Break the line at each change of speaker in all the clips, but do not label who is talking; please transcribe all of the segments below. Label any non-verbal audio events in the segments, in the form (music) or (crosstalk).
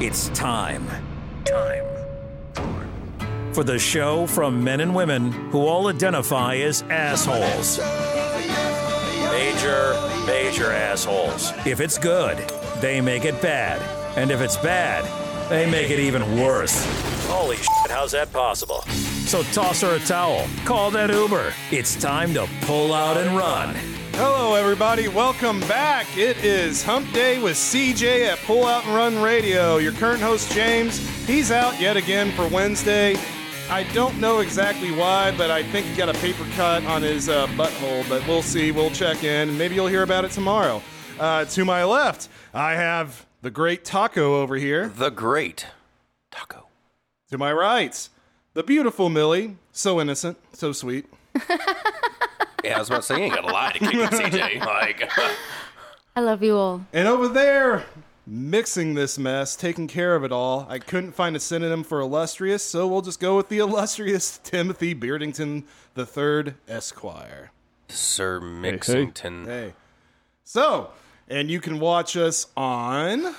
It's time. Time. For the show from men and women who all identify as assholes. Major, major assholes. If it's good, they make it bad. And if it's bad, they make it even worse. Holy shit, how's that possible? So toss her a towel, call that Uber. It's time to pull out and run.
Hello, everybody. Welcome back. It is Hump Day with CJ at Pull Out and Run Radio. Your current host, James, he's out yet again for Wednesday. I don't know exactly why, but I think he got a paper cut on his uh, butthole, but we'll see. We'll check in. Maybe you'll hear about it tomorrow. Uh, to my left, I have the great Taco over here.
The Great Taco.
To my right, the beautiful Millie. So innocent, so sweet.
Yeah, I was about to say, you ain't got a lie to keep it, CJ. Like, (laughs)
I love you all.
And over there, mixing this mess, taking care of it all. I couldn't find a synonym for illustrious, so we'll just go with the (laughs) illustrious Timothy Beardington III, Esquire.
Sir Mixington.
Hey. So, and you can watch us on.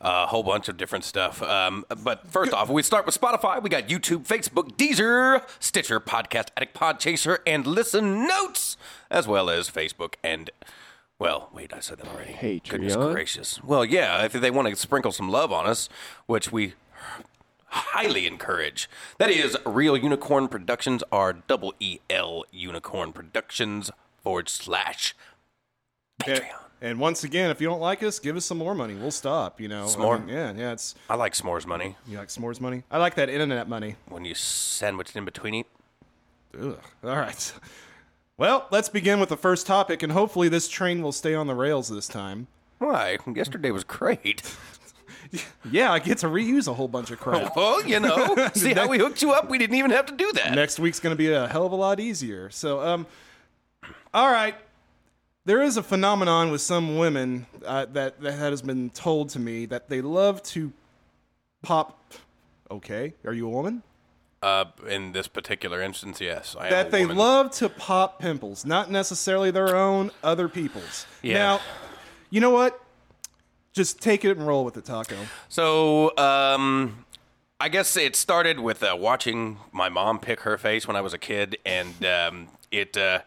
a whole bunch of different stuff. Um, but first off, we start with Spotify. We got YouTube, Facebook, Deezer, Stitcher, Podcast Addict, Podchaser, and Listen Notes, as well as Facebook and. Well, wait, I said that already. Goodness
Patreon?
gracious. Well, yeah, if they want to sprinkle some love on us, which we highly encourage. That is Real Unicorn Productions, R double E L Unicorn Productions forward slash
And,
Patreon.
and once again, if you don't like us, give us some more money. We'll stop, you know. I
S'more.
mean, yeah, yeah, it's.
I like s'mores money
You like s'mores money? I like that internet money.
when you sandwich it in between it.
Ugh. All right. (laughs) Well, let's begin with the first topic, and hopefully this train will stay on the rails this time.
Why? (laughs) Yesterday
(laughs)
was great.
Yeah, I get to reuse a whole bunch of
(laughs)
crap.
Oh, Well, you know, see how we hooked you up? We didn't even have to do that.
next week's going to be a hell of a lot easier. So, um, all right. There is a phenomenon with some women uh, that that has been told to me that they love to pop. Okay, are you a woman?
Uh, in this particular instance, yes. I am a
That they
woman.
love to pop pimples, not necessarily their own, other people's.
Yeah.
Now, you know what? Just take it and roll with it, Taco.
So, um, I guess it started with uh, watching my mom pick her face when I was a kid, and um, it uh,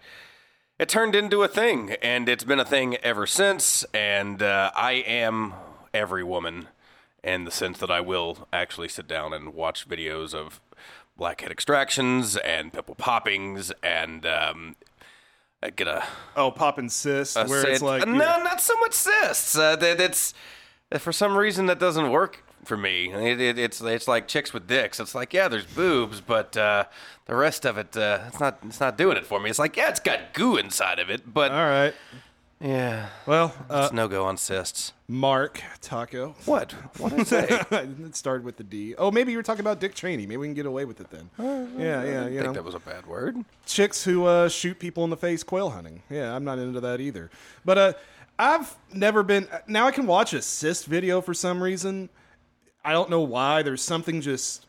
it turned into a thing, and it's been a thing ever since. And uh, I am every woman in the sense that I will actually sit down and watch videos of blackhead extractions and pimple poppings, and um, I get a
Oh, popping cysts,
uh,
where
say
it's
it-
like
no, not so much cysts. Uh, that it's that for some reason that doesn't work for me. It, it, it's it's like chicks with dicks. It's like yeah, there's boobs, but uh, the rest of it, uh, it's not it's not doing it for me. It's like yeah, it's got goo inside of it, but
All right.
yeah,
Well, uh,
it's no go on cysts.
Mark Taco.
What? What did (laughs) I say? I
it started with the D. Oh, maybe you were talking about Dick Cheney. Maybe we can get away with it then. yeah, yeah, (laughs) you
Uh, think
know,
that was a bad word.
chicks who uh, shoot people in the face quail hunting. Yeah, I'm not into that either. But uh, I've never been. Now I can watch a cyst video for some reason. I don't know why. There's something just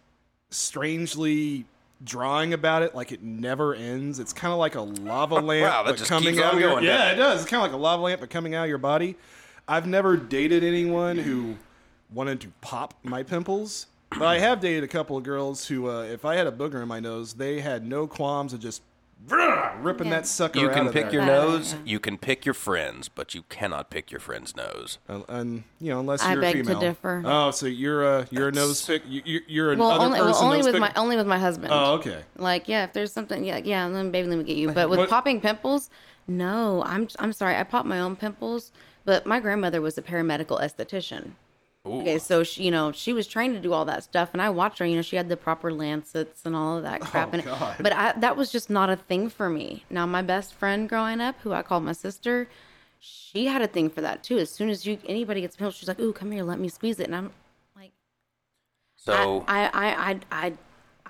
strangely drawing about it. Like it never ends. It's kind of like a
(laughs)
lava lamp
Wow, that
but
just
coming
keeps
out
on
of your,
going,
Yeah,
doesn't
it does. It's kind of like a lava lamp but coming out of your body. I've never dated anyone who wanted to pop my pimples. But I have dated a couple of girls who, uh, if I had a booger in my nose, they had no qualms of just (laughs) ripping
Yeah.
that sucker
You
out
can
of
pick your
there.
nose, you can pick your friends, but you cannot pick your friend's nose.
Un- un- Uh, you know, unless
I
you're
beg to
female.
differ.
Oh, so you're a you're a nose pick. You, you- you're an
Well,
other
only,
person
well, only
nose
with
pick-
my only with my husband.
Oh, okay.
Like, yeah, if there's something, yeah, yeah, then baby, let me get you. But with
What-
popping pimples, no, I'm I'm sorry, I popped my own pimples. But my grandmother was a paramedical esthetician. Okay, so she, you know, she was trained to do all that stuff, and I watched her. You know, she had the proper lancets and all of that crap. and
Oh, God.
but I, that was just not a thing for me. Now, my best friend growing up, who I called my sister, she had a thing for that too. As soon as you anybody gets pimples, she's like, "Ooh, come here, let me squeeze it," and I'm like,
So
I, I, I, I,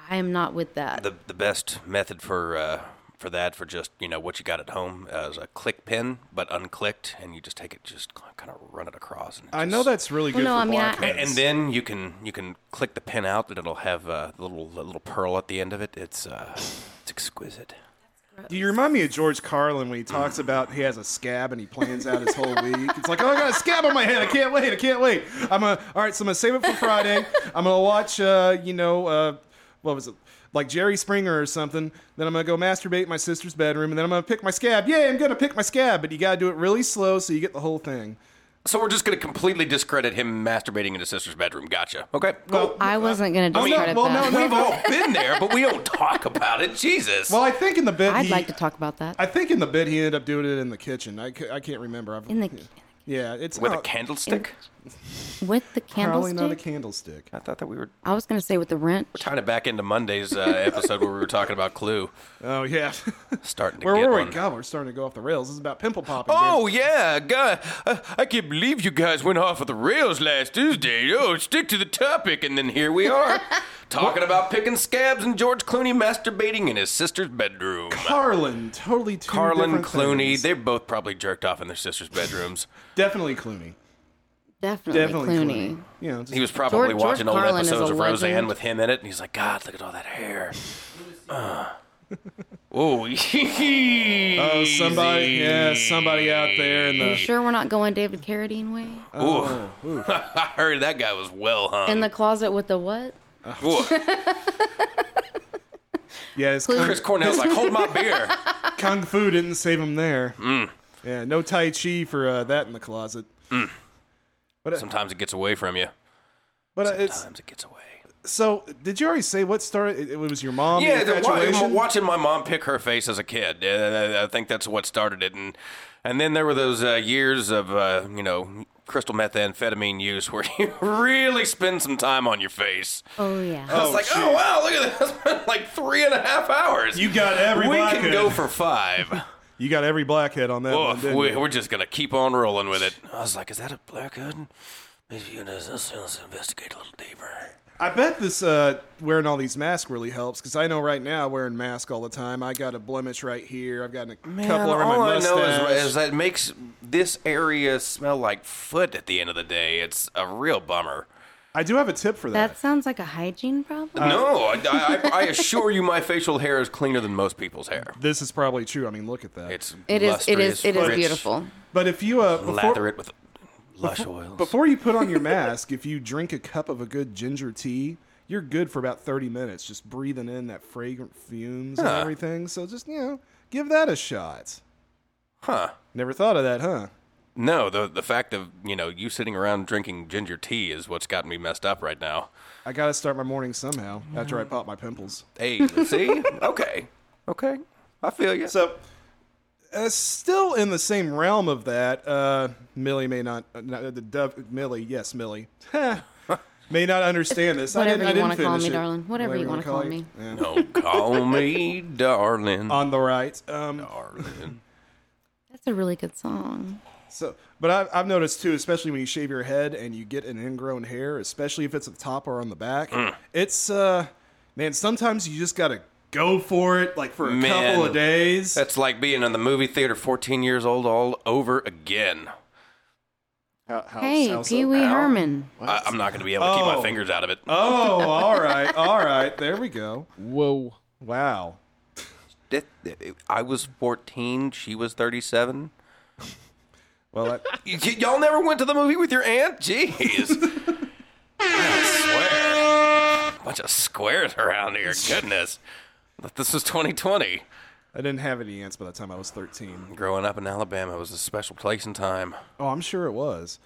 I am not with that.
the the best method for uh, for that for just you know what you got at home uh, is a click pin, but unclicked, and you just take it, just kind of run it across. And it
I
just-
know that's really good
no,
for
I mean, I-
And,
blackheads.
and then you can you can click the pin out, and it'll have a little a little pearl at the end of it. It's uh, it's uh, exquisite.
gross.
You remind me of George Carlin when he talks about he has a scab and he plans out his whole week. It's like, oh, I got a scab on my head. I can't wait. I can't wait. I'm gonna, all right. So I'm gonna save it for Friday. I'm gonna watch, uh, you know, uh, what was it? Like Jerry Springer or something. Then I'm gonna go masturbate in my sister's bedroom, and then I'm gonna pick my scab. Yeah, I'm gonna pick my scab, but you gotta do it really slow so you get the whole thing.
So we're just going to completely discredit him masturbating in his sister's bedroom. Gotcha. Okay. Cool.
I wasn't gonna
Oh, no,
discredit
well,
that.
no,
We've all been there, but we don't talk about it. Jesus.
Well, I think in the bit,
I'd
he,
like to talk about that.
I think in the bit he ended up doing it in the kitchen. I, ca- I can't remember. I've,
In the-
yeah, it's
with a
not-
candlestick?
with the
Probably not a
candlestick.
candlestick.
I thought that we were
I was gonna say with the wrench.
tying it back into Monday's uh, episode where we were talking about Clue.
Oh yeah. (laughs)
Starting to
Where
get
were we?
one.
God, we're starting to go off the rails. This is about pimple popping.
Oh yeah, God! I, I can't believe you guys went off of the rails last Tuesday. Oh, stick to the topic, and then here we
(laughs)
are talking about picking scabs and George Clooney masturbating in his sister's bedroom.
dude. Carlin, totally two
Carlin
different
Clooney,
things.
they both probably jerked off in their sister's bedrooms.
definitely Clooney.
Definitely,
Definitely
Clooney.
Clooney. You know, just,
He was probably
George-
watching
George
old
Carlin is
episodes
a
of Roseanne
legend.
with him in it, and he's like, God, look at all that
(laughs)
hair. Ah.
oh,
Oh, oh,
somebody, yeah, somebody out there in
You
the.
sure we're not going David Carradine way?
(laughs) Uh, I heard that guy was well hung.
In the closet with the what?
Ooh.
Yeah, his
Chris
kung,
Cornell's like, hold my
(laughs)
beer.
kung fu didn't save him there.
Mm.
Yeah, no tai chi for uh, that in the closet.
Sometimes it gets away from you.
But uh, it's
Sometimes it gets away.
so. Did you already say what started? It, it was your mom.
Yeah,
the
the- wa-
infatuation?
watching my mom pick her face as a kid, uh, I think that's what started it, and and then there were those uh, years of uh, you know crystal methamphetamine use where (laughs) you really spend some time on your face.
Oh yeah.
I was like, oh wow, look at that! (laughs) It's been like three and a half hours.
You got every
We can
blackhead.
go
(laughs)
for five.
you got every blackhead on that one.
Oof,
Didn't
we,
you?
we're just gonna keep on rolling with it. I was like, is that a blackhead? Maybe you know, let's, let's investigate a little deeper.
I bet this uh, wearing all these masks really helps because I know right now wearing mask all the time. I got a blemish right here. I've got a couple over
all
my
I
mustache.
know is, is that it makes this area smell like foot at the end of the day. It's a real bummer.
I do have a tip for that.
that sounds like a hygiene
Uh,
problem.
no, I, I, I assure you, my facial hair is cleaner than most people's hair.
this is probably true. I mean, look at that.
It's
It is. It is.
lustrous,
It is
rich,
beautiful.
but if you uh,
lather
before,
it with lush oils.
before you put on your mask, if you drink a cup of a good ginger tea, you're good for about 30 minutes, just breathing in that fragrant fumes and everything. So just you know, give that a shot.
huh?
Never thought of that, huh?
No, the the fact of you know you sitting around drinking ginger tea is what's gotten me messed up right now.
I gotta start my morning somehow after I pop my pimples.
Hey,
(laughs)
see? Okay, okay, I feel you.
So, uh, still in the same realm of that, uh, Millie may not, uh, not uh, the dove, Millie, yes, Millie, (laughs) may not understand this.
Whatever
I
you
didn't,
wanna
want to
call me, darling. Whatever you wanna call me.
no, call me darling.
On the right. Um,
darling.
That's a really good song.
So, but I've, I've noticed too, especially when you shave your head and you get an ingrown hair, especially if it's at the top or on the back,
Mm.
it's uh, man. Sometimes you just gotta go for it, like for a
Man.
couple of days.
That's like being in the movie theater 14 years old all over again.
How- how-
Hey,
how so?
Pee Wee Herman.
I, I'm not going to be able to keep
Oh.
my fingers out of it.
Oh, all right, all right. There we
(laughs)
go.
Whoa.
Wow.
That- that- I was 14, she was 37.
Well, I,
Y- y- y'all never went to the movie with your
(laughs)
aunt? Jeez. I swear. Bunch of squares around here. Goodness. But This was 2020.
I didn't have any ants by the time I was 13.
Growing up in Alabama was a special place and time.
Oh, I'm sure it was.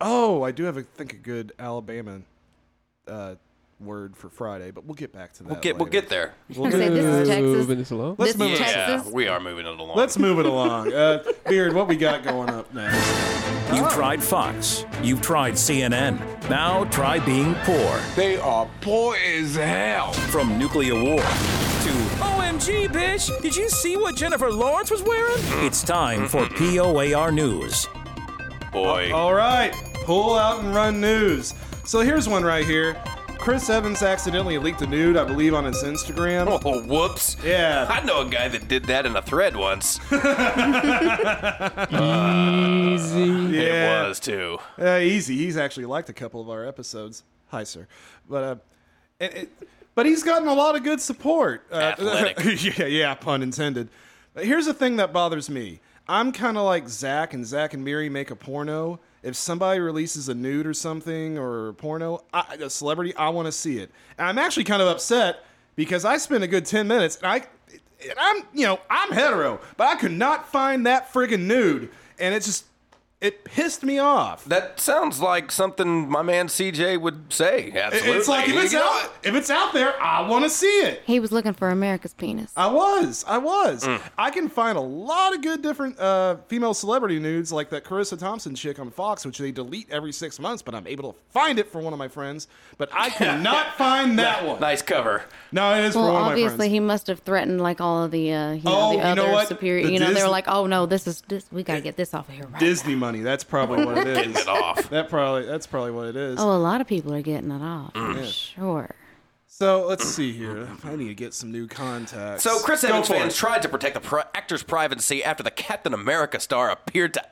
Oh, I do have, I think, a good Alabama uh, word for Friday, but we'll get back to that.
We'll get, we'll
later.
get there.
I say this is
Moving
Texas.
this along.
Let's
This
move
is
it.
Yeah,
Texas.
we are moving it along.
Let's move it along. Uh, Beard, what we got going up next?
You've tried Fox. You've tried CNN. Now try being poor.
They are poor as hell.
From nuclear war to OMG, bitch! Did you see what Jennifer Lawrence was wearing? It's time for POAR News.
boy.
All right, pull out and run news. So here's one right here. Chris Evans accidentally leaked a nude, I believe, on his Instagram.
Oh, (laughs) whoops.
Yeah.
I know a guy that did that in a thread once.
Easy.
yeah.
It was too.
Uh, easy. He's actually liked a couple of our episodes. Hi, sir. But uh, it, it, but he's gotten a lot of good support. Uh, (laughs)
Athletic.
yeah, yeah, pun intended. Here's the thing that bothers me. I'm kind of like Zach, and Zach and Miri make a porno. If somebody releases a nude or something or a porno, I, a celebrity, I want to see it. And I'm actually kind of upset because I spent a good ten minutes, and I, and I'm, you know, I'm hetero, but I could not find that friggin' nude, and it just, it pissed me off.
That sounds like something my man CJ would say. Absolutely.
It's like if it's
You know
out, if it's out there, I want to see it.
He was looking for America's penis.
I was. I was.
Mm.
I can find a lot of good different uh, female celebrity nudes, like that Carissa Thompson chick on Fox, which they delete every six months, but I'm able to find it for one of my friends. But
(laughs)
I cannot find that
it.
one.
Nice cover.
No, it is for
well,
one of my friends.
obviously, he must have threatened like all of the, uh, you know,
Oh,
the
you
other
know what?
superior.
The
you know, they
Disney-
were like, "Oh no, this is this. We gotta get this off of here right
Disney money. That's probably what it is.
(laughs) Get off.
that probably. That's probably what it is.
now." Oh, a lot of people are getting it off. I'm
Mm.
sure.
So let's see here. I need to get some new contacts.
So Chris
Go
Evans
for
fans
it.
tried to protect the pri- actor's privacy after the Captain America star appeared to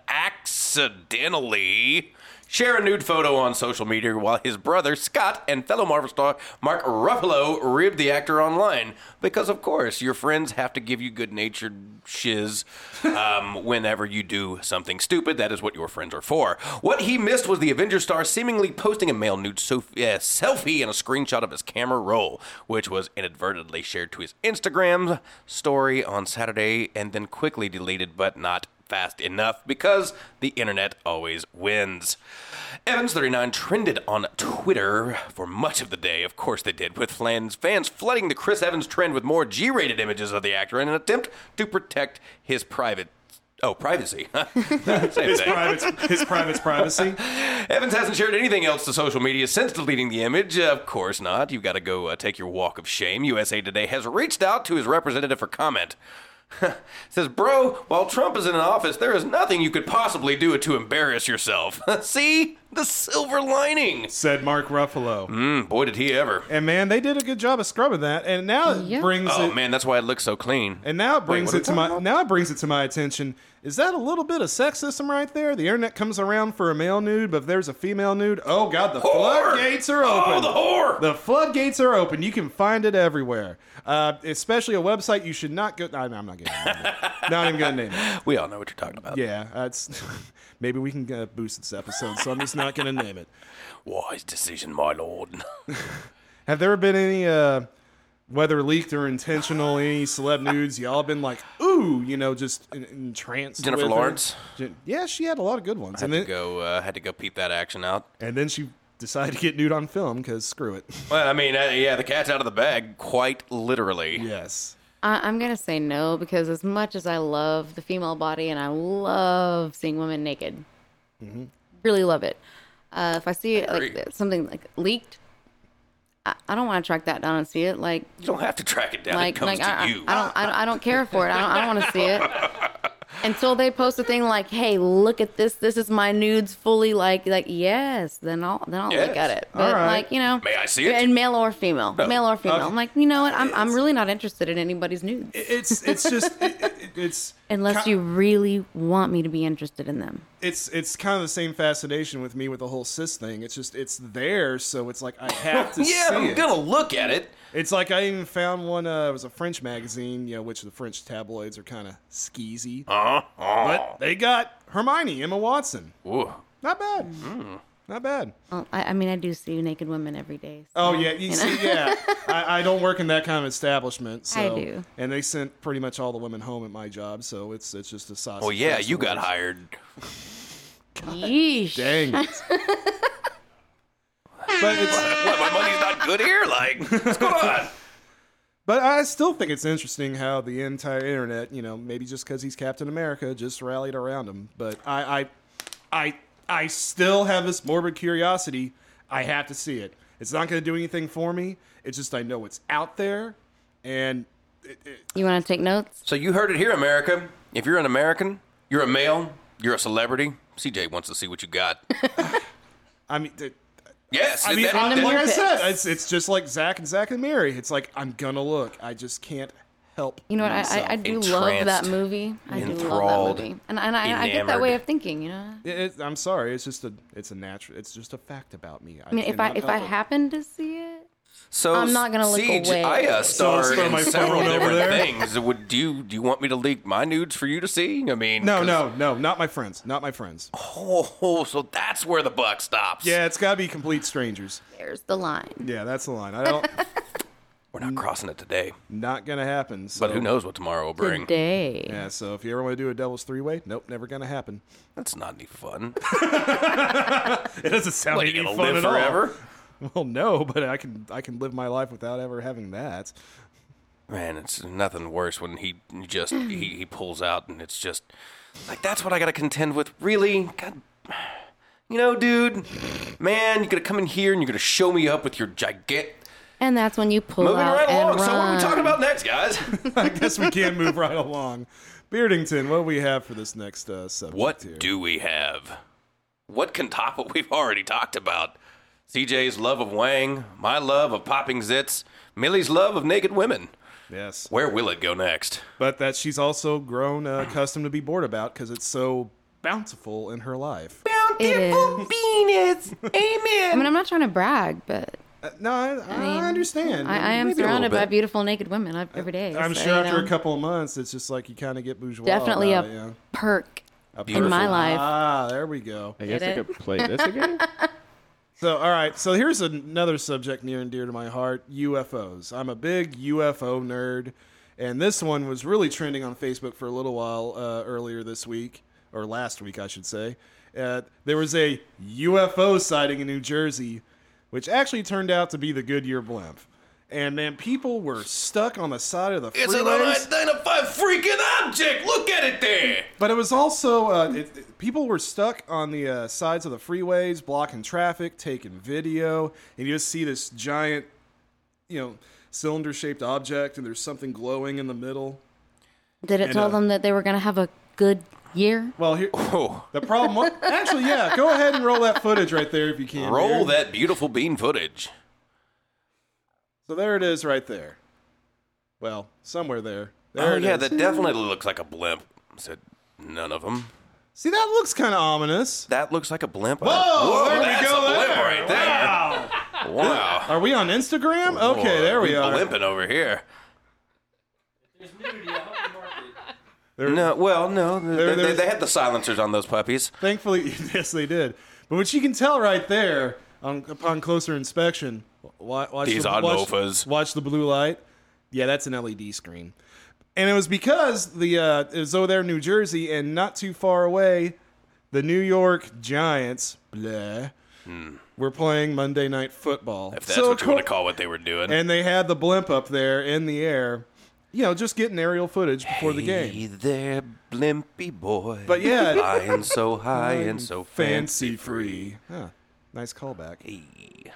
accidentally share a nude photo on social media while his brother Scott and fellow Marvel star Mark Ruffalo ribbed the actor online because of course your friends have to give you good-natured shiz (laughs) um, whenever you do something stupid. That is what your friends are for. What he missed was the Avengers star seemingly posting a male nude so- uh, selfie and a screenshot of his camera roll, which was inadvertently shared to his Instagram story on Saturday and then quickly deleted, but not fast enough because the internet always wins. Evans39 trended on Twitter for much of the day. Of course, they did, with fans, fans flooding the Chris Evans trend with more G rated images of the actor in an attempt to protect his private. Oh, privacy. (laughs) Same thing.
Privates- his private's
(laughs)
privacy.
Evans hasn't shared anything else to social media since deleting the image. Of course not. You've got to go uh, take your walk of shame. USA Today has reached out to his representative for comment. (laughs) Says, bro, while Trump is in office, there is nothing you could possibly do to embarrass yourself. (laughs) See? The silver lining.
Said Mark Ruffalo.
Mm, boy, did he ever.
And man, they did a good job of scrubbing that. And now it
Yeah.
brings
Oh,
it.
man, that's why it looks so clean.
And now it brings
what are
it to
we
my now it brings it to my attention. Is that a little bit of sexism right there? The internet comes around for a male nude, but if there's a female nude, oh god, the
Whore!
floodgates are
Oh,
open.
the whore!
The floodgates are open. You can find it everywhere, uh, especially a website you should not go. I, I'm not getting.
(laughs)
not even gonna name it.
We all know what you're talking about.
Yeah, that's. (laughs) Maybe we can uh, boost this episode, so I'm just not gonna name it.
Wise decision, my lord. (laughs)
Have there been any, uh, whether leaked or intentional, any celeb nudes y'all been like, ooh, you know, just en- entranced?
Jennifer
with or-
Lawrence?
Jen- yeah, she had a lot of good ones,
had,
and
to
then
go, uh, had to go peep that action out.
and then she decided to get nude on film because screw
(laughs)
it.
Well, I mean, uh, yeah, the cat's out of the bag, quite literally.
yes.
I, I'm gonna say no because as much as I love the female body and I love seeing women naked,
Mm-hmm.
really love it. Uh, if I see it,
Agree.
like something like leaked, I, I don't want to track that down and see it. Like
You don't have to track it down. it
like
comes
like
to
I, I-
you.
I don't I, don't- I don't care for it. I don't I don't want to see it
(laughs)
until they post a thing like, "Hey, look at this. This is my nudes fully like like yes." Then I'll then I'll look
Yes.
at it. But
right.
like you know,
May I see it? Uh,
And male or female, male or female. I'm like, you know what? I'm I'm really not interested in anybody's nudes
It's it's just it, it, it's
unless
ki-
you really want me to be interested in them.
it's it's kind of the same fascination with me with the whole cis thing. It's just it's there, so it's like I have to
(laughs) yeah,
see
I'm
it.
gonna look at it.
It's like I even found one. Uh, it was a French magazine, you know, which the French tabloids are kind of skeezy. Uh-huh. But they got Hermione, Emma Watson.
Ooh.
Not bad.
Hmm.
Not bad.
Well, I, I mean, I do see naked women
(laughs)
every day. so,
Oh yeah, you see,
(laughs)
yeah. I, I don't work in that kind of establishment. So,
I do.
And they sent pretty much all the women home at my job, so it's it's just a sausage.
Well, yeah,
fest
you
of
got
women.
hired.
Yeesh.
Dang
(laughs)
it. but it's,
what, my money's not good here? Like, what's going on?
But I still think it's interesting how the entire internet, you know, maybe just because he's Captain America, just rallied around him. But I, I, I, I still have this morbid curiosity. I have to see it. It's not going to do anything for me. It's just I know it's out there, and
You want to take notes?
(laughs) So you heard it here, America. If you're an American, you're a male, you're a celebrity. CJ wants to see what you got.
I mean, th-
(laughs) Yes,
I mean,
that-
I-
Random
like I
picks.
said, it's, it's just like Zach and Zach and Mary. It's like I'm gonna look. I just can't help.
You know what? I, I, I do love that
Entranced,
movie. I do love
enthralled,
that movie, and and I, I get that way
enamored.
of thinking. You know,
It- it- I'm sorry. It's just a. It's a natural. It's just a fact about me.
I mean, if I
cannot
if I
help it.
happen to see it,
So
I'm not gonna look
Siege,
away.
I uh,
So
I'll
starred
throw
in
my
several
phone over
different
there.
things. Would you do you want me to leak my nudes for you to see? I mean,
No,
'cause-
no, no, not my friends. Not my friends.
Oh, so that's where the buck stops.
Yeah, it's got to be complete strangers.
There's the line.
Yeah, that's the line. I
(laughs)
don't.
we're not crossing it today.
not gonna happen. So.
But who knows what tomorrow will bring?
Today.
Yeah, so if you ever want to do a devil's three way, nope, never gonna happen.
That's not any fun.
It doesn't sound
What, you gonna live forever?
(laughs) Well, no, but I can I can live my life without ever having that. (laughs)
Man, it's nothing worse when he just
Mm.
he, he pulls out and it's just like that's what I got to contend with. Really, God, you know, dude, man, you're gonna come in here and you're gonna show me up with your gigantic.
And that's when you pull
Moving
out
right
and
along.
run.
So what are we talking about next, guys?
I guess we can move right along. Beardington, what do we have for this next uh, subject?
what
here?
do we have? What can top what we've already talked about? CJ's love of Wang, my love of popping zits, Millie's love of naked women.
yes,
Where will it go next?
but that she's also grown uh, accustomed to be bored about because it's so bountiful in her life.
It is.
Venus,
I mean,
amen.
I'm not trying to brag, but
Uh, no, I, I,
mean,
understand.
I, I am
maybe a little
surrounded by
bit.
beautiful naked women ev- every day.
I'm
so,
sure
you
after
know,
a couple of months, it's just like you kind of get bourgeois.
definitely
about
a
it, yeah.
perk in
beautiful-
my life.
Ah, there we go.
I guess
Get
I
it?
could play this again.
So, all right. So, here's another subject near and dear to my heart UFOs. I'm a big UFO nerd. And this one was really trending on Facebook for a little while uh, earlier this week, or last week, I should say. Uh, there was a UFO sighting in New Jersey, which actually turned out to be the Goodyear blimp. And man, people were stuck on the side of the
It's an
freeways.
unidentified freaking object. Look at it there.
But it was also uh, it, it- people were stuck on the uh, sides of the freeways, blocking traffic, taking video, and you just see this giant, you know, cylinder-shaped object, and there's something glowing in the middle.
Did it tell
uh,
them that they were going to have a good year?
Well, here
Oh,
the problem. wa- (laughs) actually, yeah, go ahead and roll that footage right there if you can. Beard.
roll that beautiful bean footage.
So there it is, right there. Well, somewhere there. There
Oh
it
yeah,
is.
that definitely looks like a blimp. Said none of them.
see, that looks kind of ominous.
That looks like a blimp. Whoa,
there we
that's
go
a blimp
there.
right there. Wow.
Are we on Instagram? (laughs) Okay,
Boy,
there we
we
are.
Blimping over here. No, well, no,
There-
they, they,
there's-
they had the silencers on those puppies.
Thankfully, (laughs) yes, they did. But what you can tell right there on, upon closer inspection, wa- watch
These
the,
are
watch,
loafers.
watch the blue light. Yeah, that's an LED screen. And it was because the uh, it was over there in New Jersey, and not too far away, the New York Giants, blah, were playing Monday Night Football.
Hmm. If that's
So,
what you want to
co-
call what they were doing.
And they had the blimp up there in the air, you know, just getting aerial footage before the
Hey
game.
there, blimpy boy.
But yeah, (laughs)
flying so high and so
fancy free. Huh. Nice callback.
fancy.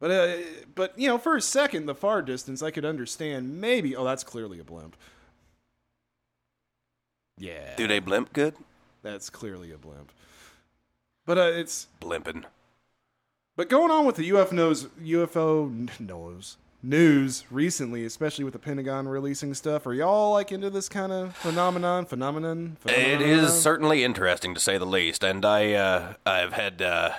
But uh, but you know, for a second, the far distance, I could understand maybe. Oh, that's clearly a blimp. Yeah,
Do they blimp good?
that's clearly a blimp. But uh, it's
Blimping.
but going on with the UFOs, UFO n- knows news recently, especially with the Pentagon releasing stuff. Are y'all like into this kind of phenomenon? Phenomenon?
It
phenomenon?
is certainly interesting to say the least, and I uh, I've had uh,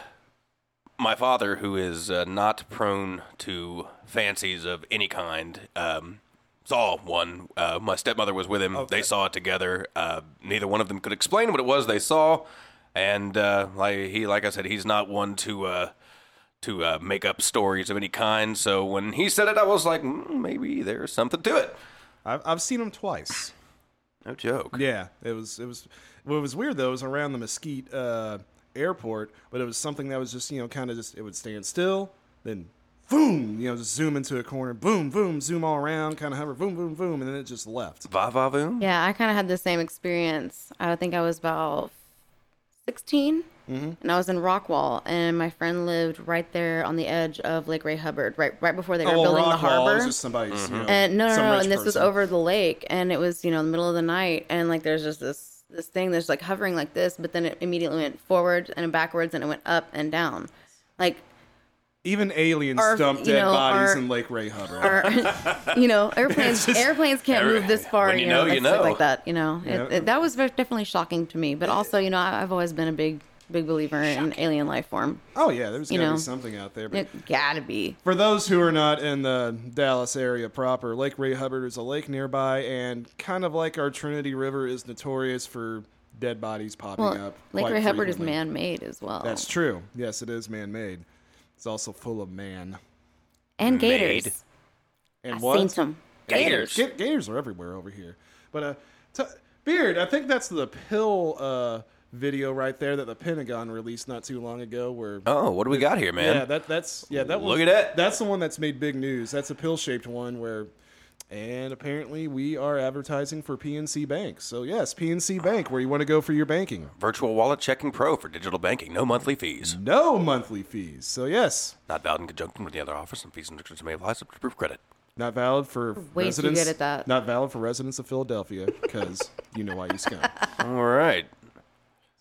my father, who is uh, not prone to fancies of any kind, um, saw one. Uh, my stepmother was with him. They saw it together. Uh, neither one of them could explain what it was they saw, and uh, like he like I said, he's not one to. Uh, to uh, make up stories of any kind, so when he said it, I was like, mm, maybe there's something to it.
I've I've seen them twice.
No joke.
Yeah, it was it was what was weird though. It was around the Mesquite uh, airport, but it was something that was just you know kind of just it would stand still, then boom, you know, just zoom into a corner, boom, boom, zoom all around, kind of hover, boom, boom, boom, and then it just left.
Va va voom.
Yeah, I kind of had the same experience. I think I was about 16,
Mm-hmm.
and I was in Rockwall, and my friend lived right there on the edge of Lake Ray Hubbard, right right before they were building the
Oh, Rockwall, it
harbor.
was just somebody's. you know,
and no, no,
some
no,
rich
and this was
person.
over the lake, and it was you know the middle of the night, and like there's just this this thing that's like hovering like this, but then it immediately went forwards and backwards, and it went up and down, like
Even aliens
Our-
dump
you
dead
know,
bodies
our-
in Lake Ray Hubbard.
or you know airplanes
just-
airplanes can't
Every-
move this far
when you
you know,
know, you
and stuff
know.
like that you know It- it- that was very, definitely shocking to me but also you know I, i've always been a big big believer in alien life form.
Oh yeah, there's
You
gotta
know.
be something out there. But
It gotta be.
for those who are not in the Dallas area proper, Lake Ray Hubbard is a lake nearby, and kind of like our Trinity River is notorious for dead bodies popping
Well,
up.
Lake
quite
Ray Hubbard is
frequently.
man made as well.
That's true. Yes, it is man-made. It's also full of man.
and gators.
Made.
And
I've
what?
seen some
Gators.
Ga- gators are everywhere over here. But uh, t- Beard, I think that's the pill uh, video right there that the Pentagon released not too long ago. Where
Oh, what do we got here, man?
yeah, that that's yeah that
Look
was-
at that.
That's the one that's made big news. That's a pill shaped one where. And apparently, we are advertising for PNC Bank. So, yes, PNC Bank, where you want to go for your banking.
Virtual Wallet Checking Pro for digital banking. No monthly fees.
No monthly fees. So, yes,
Not valid in conjunction with the other offers and fees and restrictions may apply subject to proof credit.
Not valid for
way too
residents.
good at that.
Not valid for residents of Philadelphia because you know why you scum.
All right.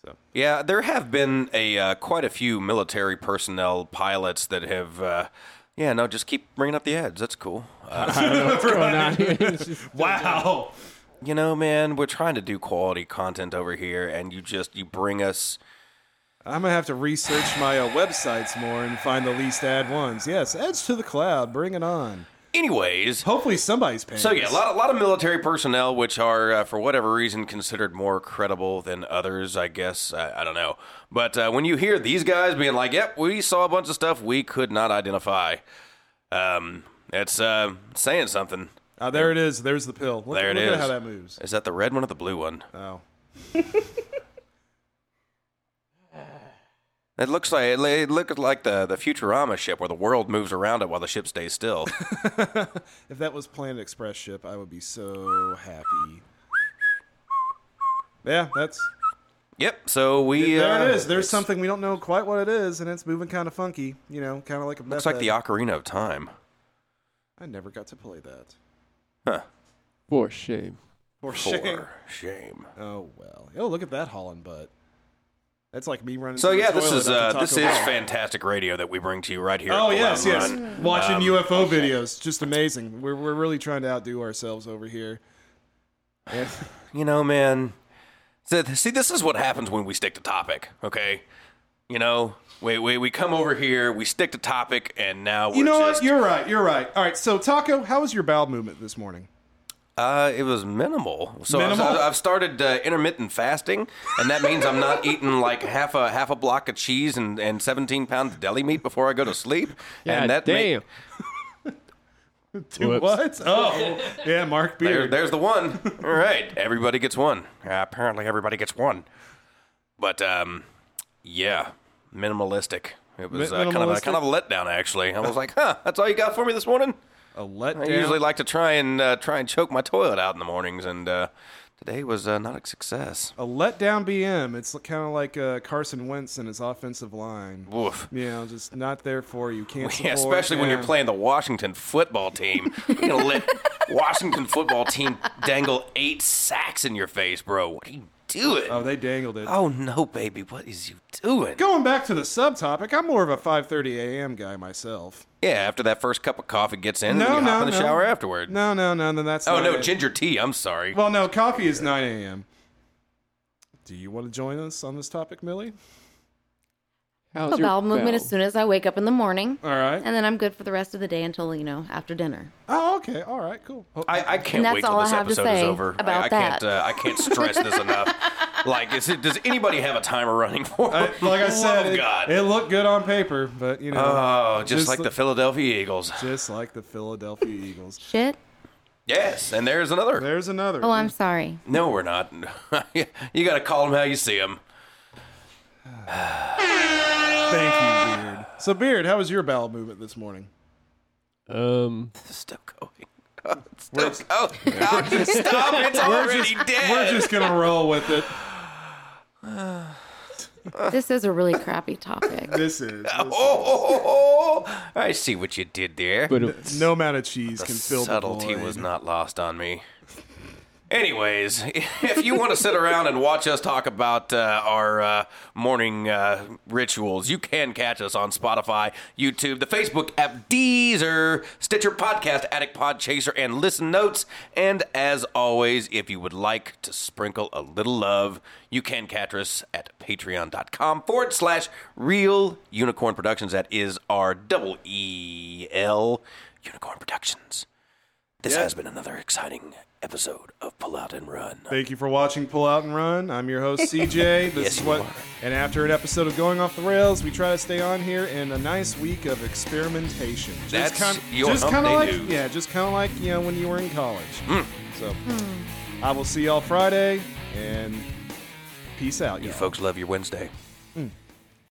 So.
Yeah, there have been a uh, quite a few military personnel pilots that have. Uh, yeah, no, just keep bringing up the ads. That's cool.
(laughs)
Uh,
What's
(laughs)
going on (laughs) here? It's just-
Wow.
you know, man, we're trying to do quality content over here, and you just you bring us.
I'm gonna have to research my uh, websites more and find the least ad ones. Yes, Edge to the Cloud, bring it on.
Anyways,
Hopefully somebody's paying.
So yeah,
us.
a lot, a lot of military personnel, which are uh, for whatever reason considered more credible than others, I guess. I, I don't know. But uh, when you hear these guys being like, "Yep, we saw a bunch of stuff we could not identify," um, it's uh, saying something.
Ah, there it is. There's the pill. Look,
There it
look
is.
at how that moves.
Is that the red one or the blue one?
Oh,
It looks like it looked like the the Futurama ship, where the world moves around it while the ship stays still.
if that was Planet Express ship, I would be so happy. Yeah, that's
yep. So we
there
uh,
it is. There's
it's-
something we don't know quite what it is, and it's moving kind of funky. You know, kind of like a meth
Looks like the
head.
Ocarina of Time.
I never got to play that.
For shame.
For
For shame.
Oh well. Oh, look at that Holland butt. That's like me running.
So
to the
yeah, this
toilet
is
after
uh,
Taco
this is
Bell.
fantastic radio that we bring to you right here.
Oh
at the
yes,
Loud
yes.
Run. Um,
Watching UFO videos, just amazing. We're we're really trying to outdo ourselves over here.
You know, man. So, th- see, this is what happens when we stick to topic. Okay, you know, we we, we come over here, we stick to topic, and now we're
You know
just-
what? You're right. You're right. All right. So Taco, how was your bowel movement this morning?
uh, it was minimal. So I've-
Minimal?
I've, I've started uh, intermittent fasting, and that means I'm not eating like half a half a block of cheese and, and 17 pounds of deli meat before I go to sleep.
Yeah,
and that ma-
damn.
Do
Whoops.
what?
(laughs)
Oh, yeah, Mark
There,
Beard.
there's the one. (laughs) All right, everybody gets one. Uh, apparently, everybody gets one. But um, yeah, minimalistic. It was
Mi-
uh, kind of a,
minimalistic?
kind of a letdown, actually. I was like, huh, that's all you got for me this morning.
A letdown.
I usually like to try and uh, try and choke my toilet out in the mornings, and uh, today was uh, not a success.
a letdown BM. It's kind of like uh, Carson Wentz and his offensive line.
Woof.
You know, just not there for you. Can't
(laughs) Yeah,
support,
especially when you're
yeah.
playing the Washington football team. You're
(laughs)
gonna let Washington football team dangle eight sacks in your face, bro. What are you doing?
Oh, they dangled it.
oh no, baby, what is you doing?
Going back to the subtopic, I'm more of a 5:30 a.m. guy myself.
Yeah, after that first cup of coffee gets in, then you hop in the shower afterward.
No, no, no. Then that's
oh
not
no,
it.
ginger tea. I'm sorry.
Well, no, coffee is 9 a.m. Do you want to join us on this topic, Millie?
How's
a
your
bowel movement as soon as I wake up in the morning,
All right.
and then I'm good for the rest of the day until you know after dinner.
Oh, okay. All right. Cool. Oh,
I, I can't
And
wait
that's
till
all I
this
have to
episode is
say
over. I-
about
I, can't.
that.
Uh, I can't stress this enough.
(laughs)
Like, is it, does anybody have a timer running for?
I- like I
Love
said, it,
God.
it looked good on paper, but you know,
oh, just, like
li-
the Philadelphia Eagles.
just like the Philadelphia Eagles.
Shit.
Yes, and there's another.
There's another.
Oh, I'm sorry.
No, we're not. (laughs) you got to call them how you see them.
Thank you, Beard. So, Beard, how was your bowel movement this morning?
Um,
Still going. It's (laughs) Still go- oh, God, stop! It's already dead.
We're just gonna roll with it.
This is a really crappy topic.
This is.
(laughs)
this is-
Oh, oh, oh, oh. I see what you did there.
but it's
No amount of cheese can
The
fill
subtlety
the void.
was not lost on me. Anyways, (laughs) if you want to sit around and watch us talk about uh, our uh, morning uh, rituals, you can catch us on Spotify, YouTube, the Facebook app, Deezer, Stitcher Podcast, Addict Pod Chaser, and Listen Notes. And as always, if you would like to sprinkle a little love, you can catch us at patreon.com forward slash real unicorn productions. That is our double E L unicorn productions. This has been another exciting episode of Pull Out and Run.
Thank you for watching Pull Out and Run. I'm your host, CJ. This
Yes,
is
you
what,
are.
and after an episode of Going Off the Rails, we try to stay on here in a nice week of experimentation.
That's
kind,
your
just
hump
kinda
day
like,
news. Hmm.
Yeah, just kind of like, you know, when you were in college. So I will see y'all Friday, and peace out,
You
y'all.
folks love your Wednesday.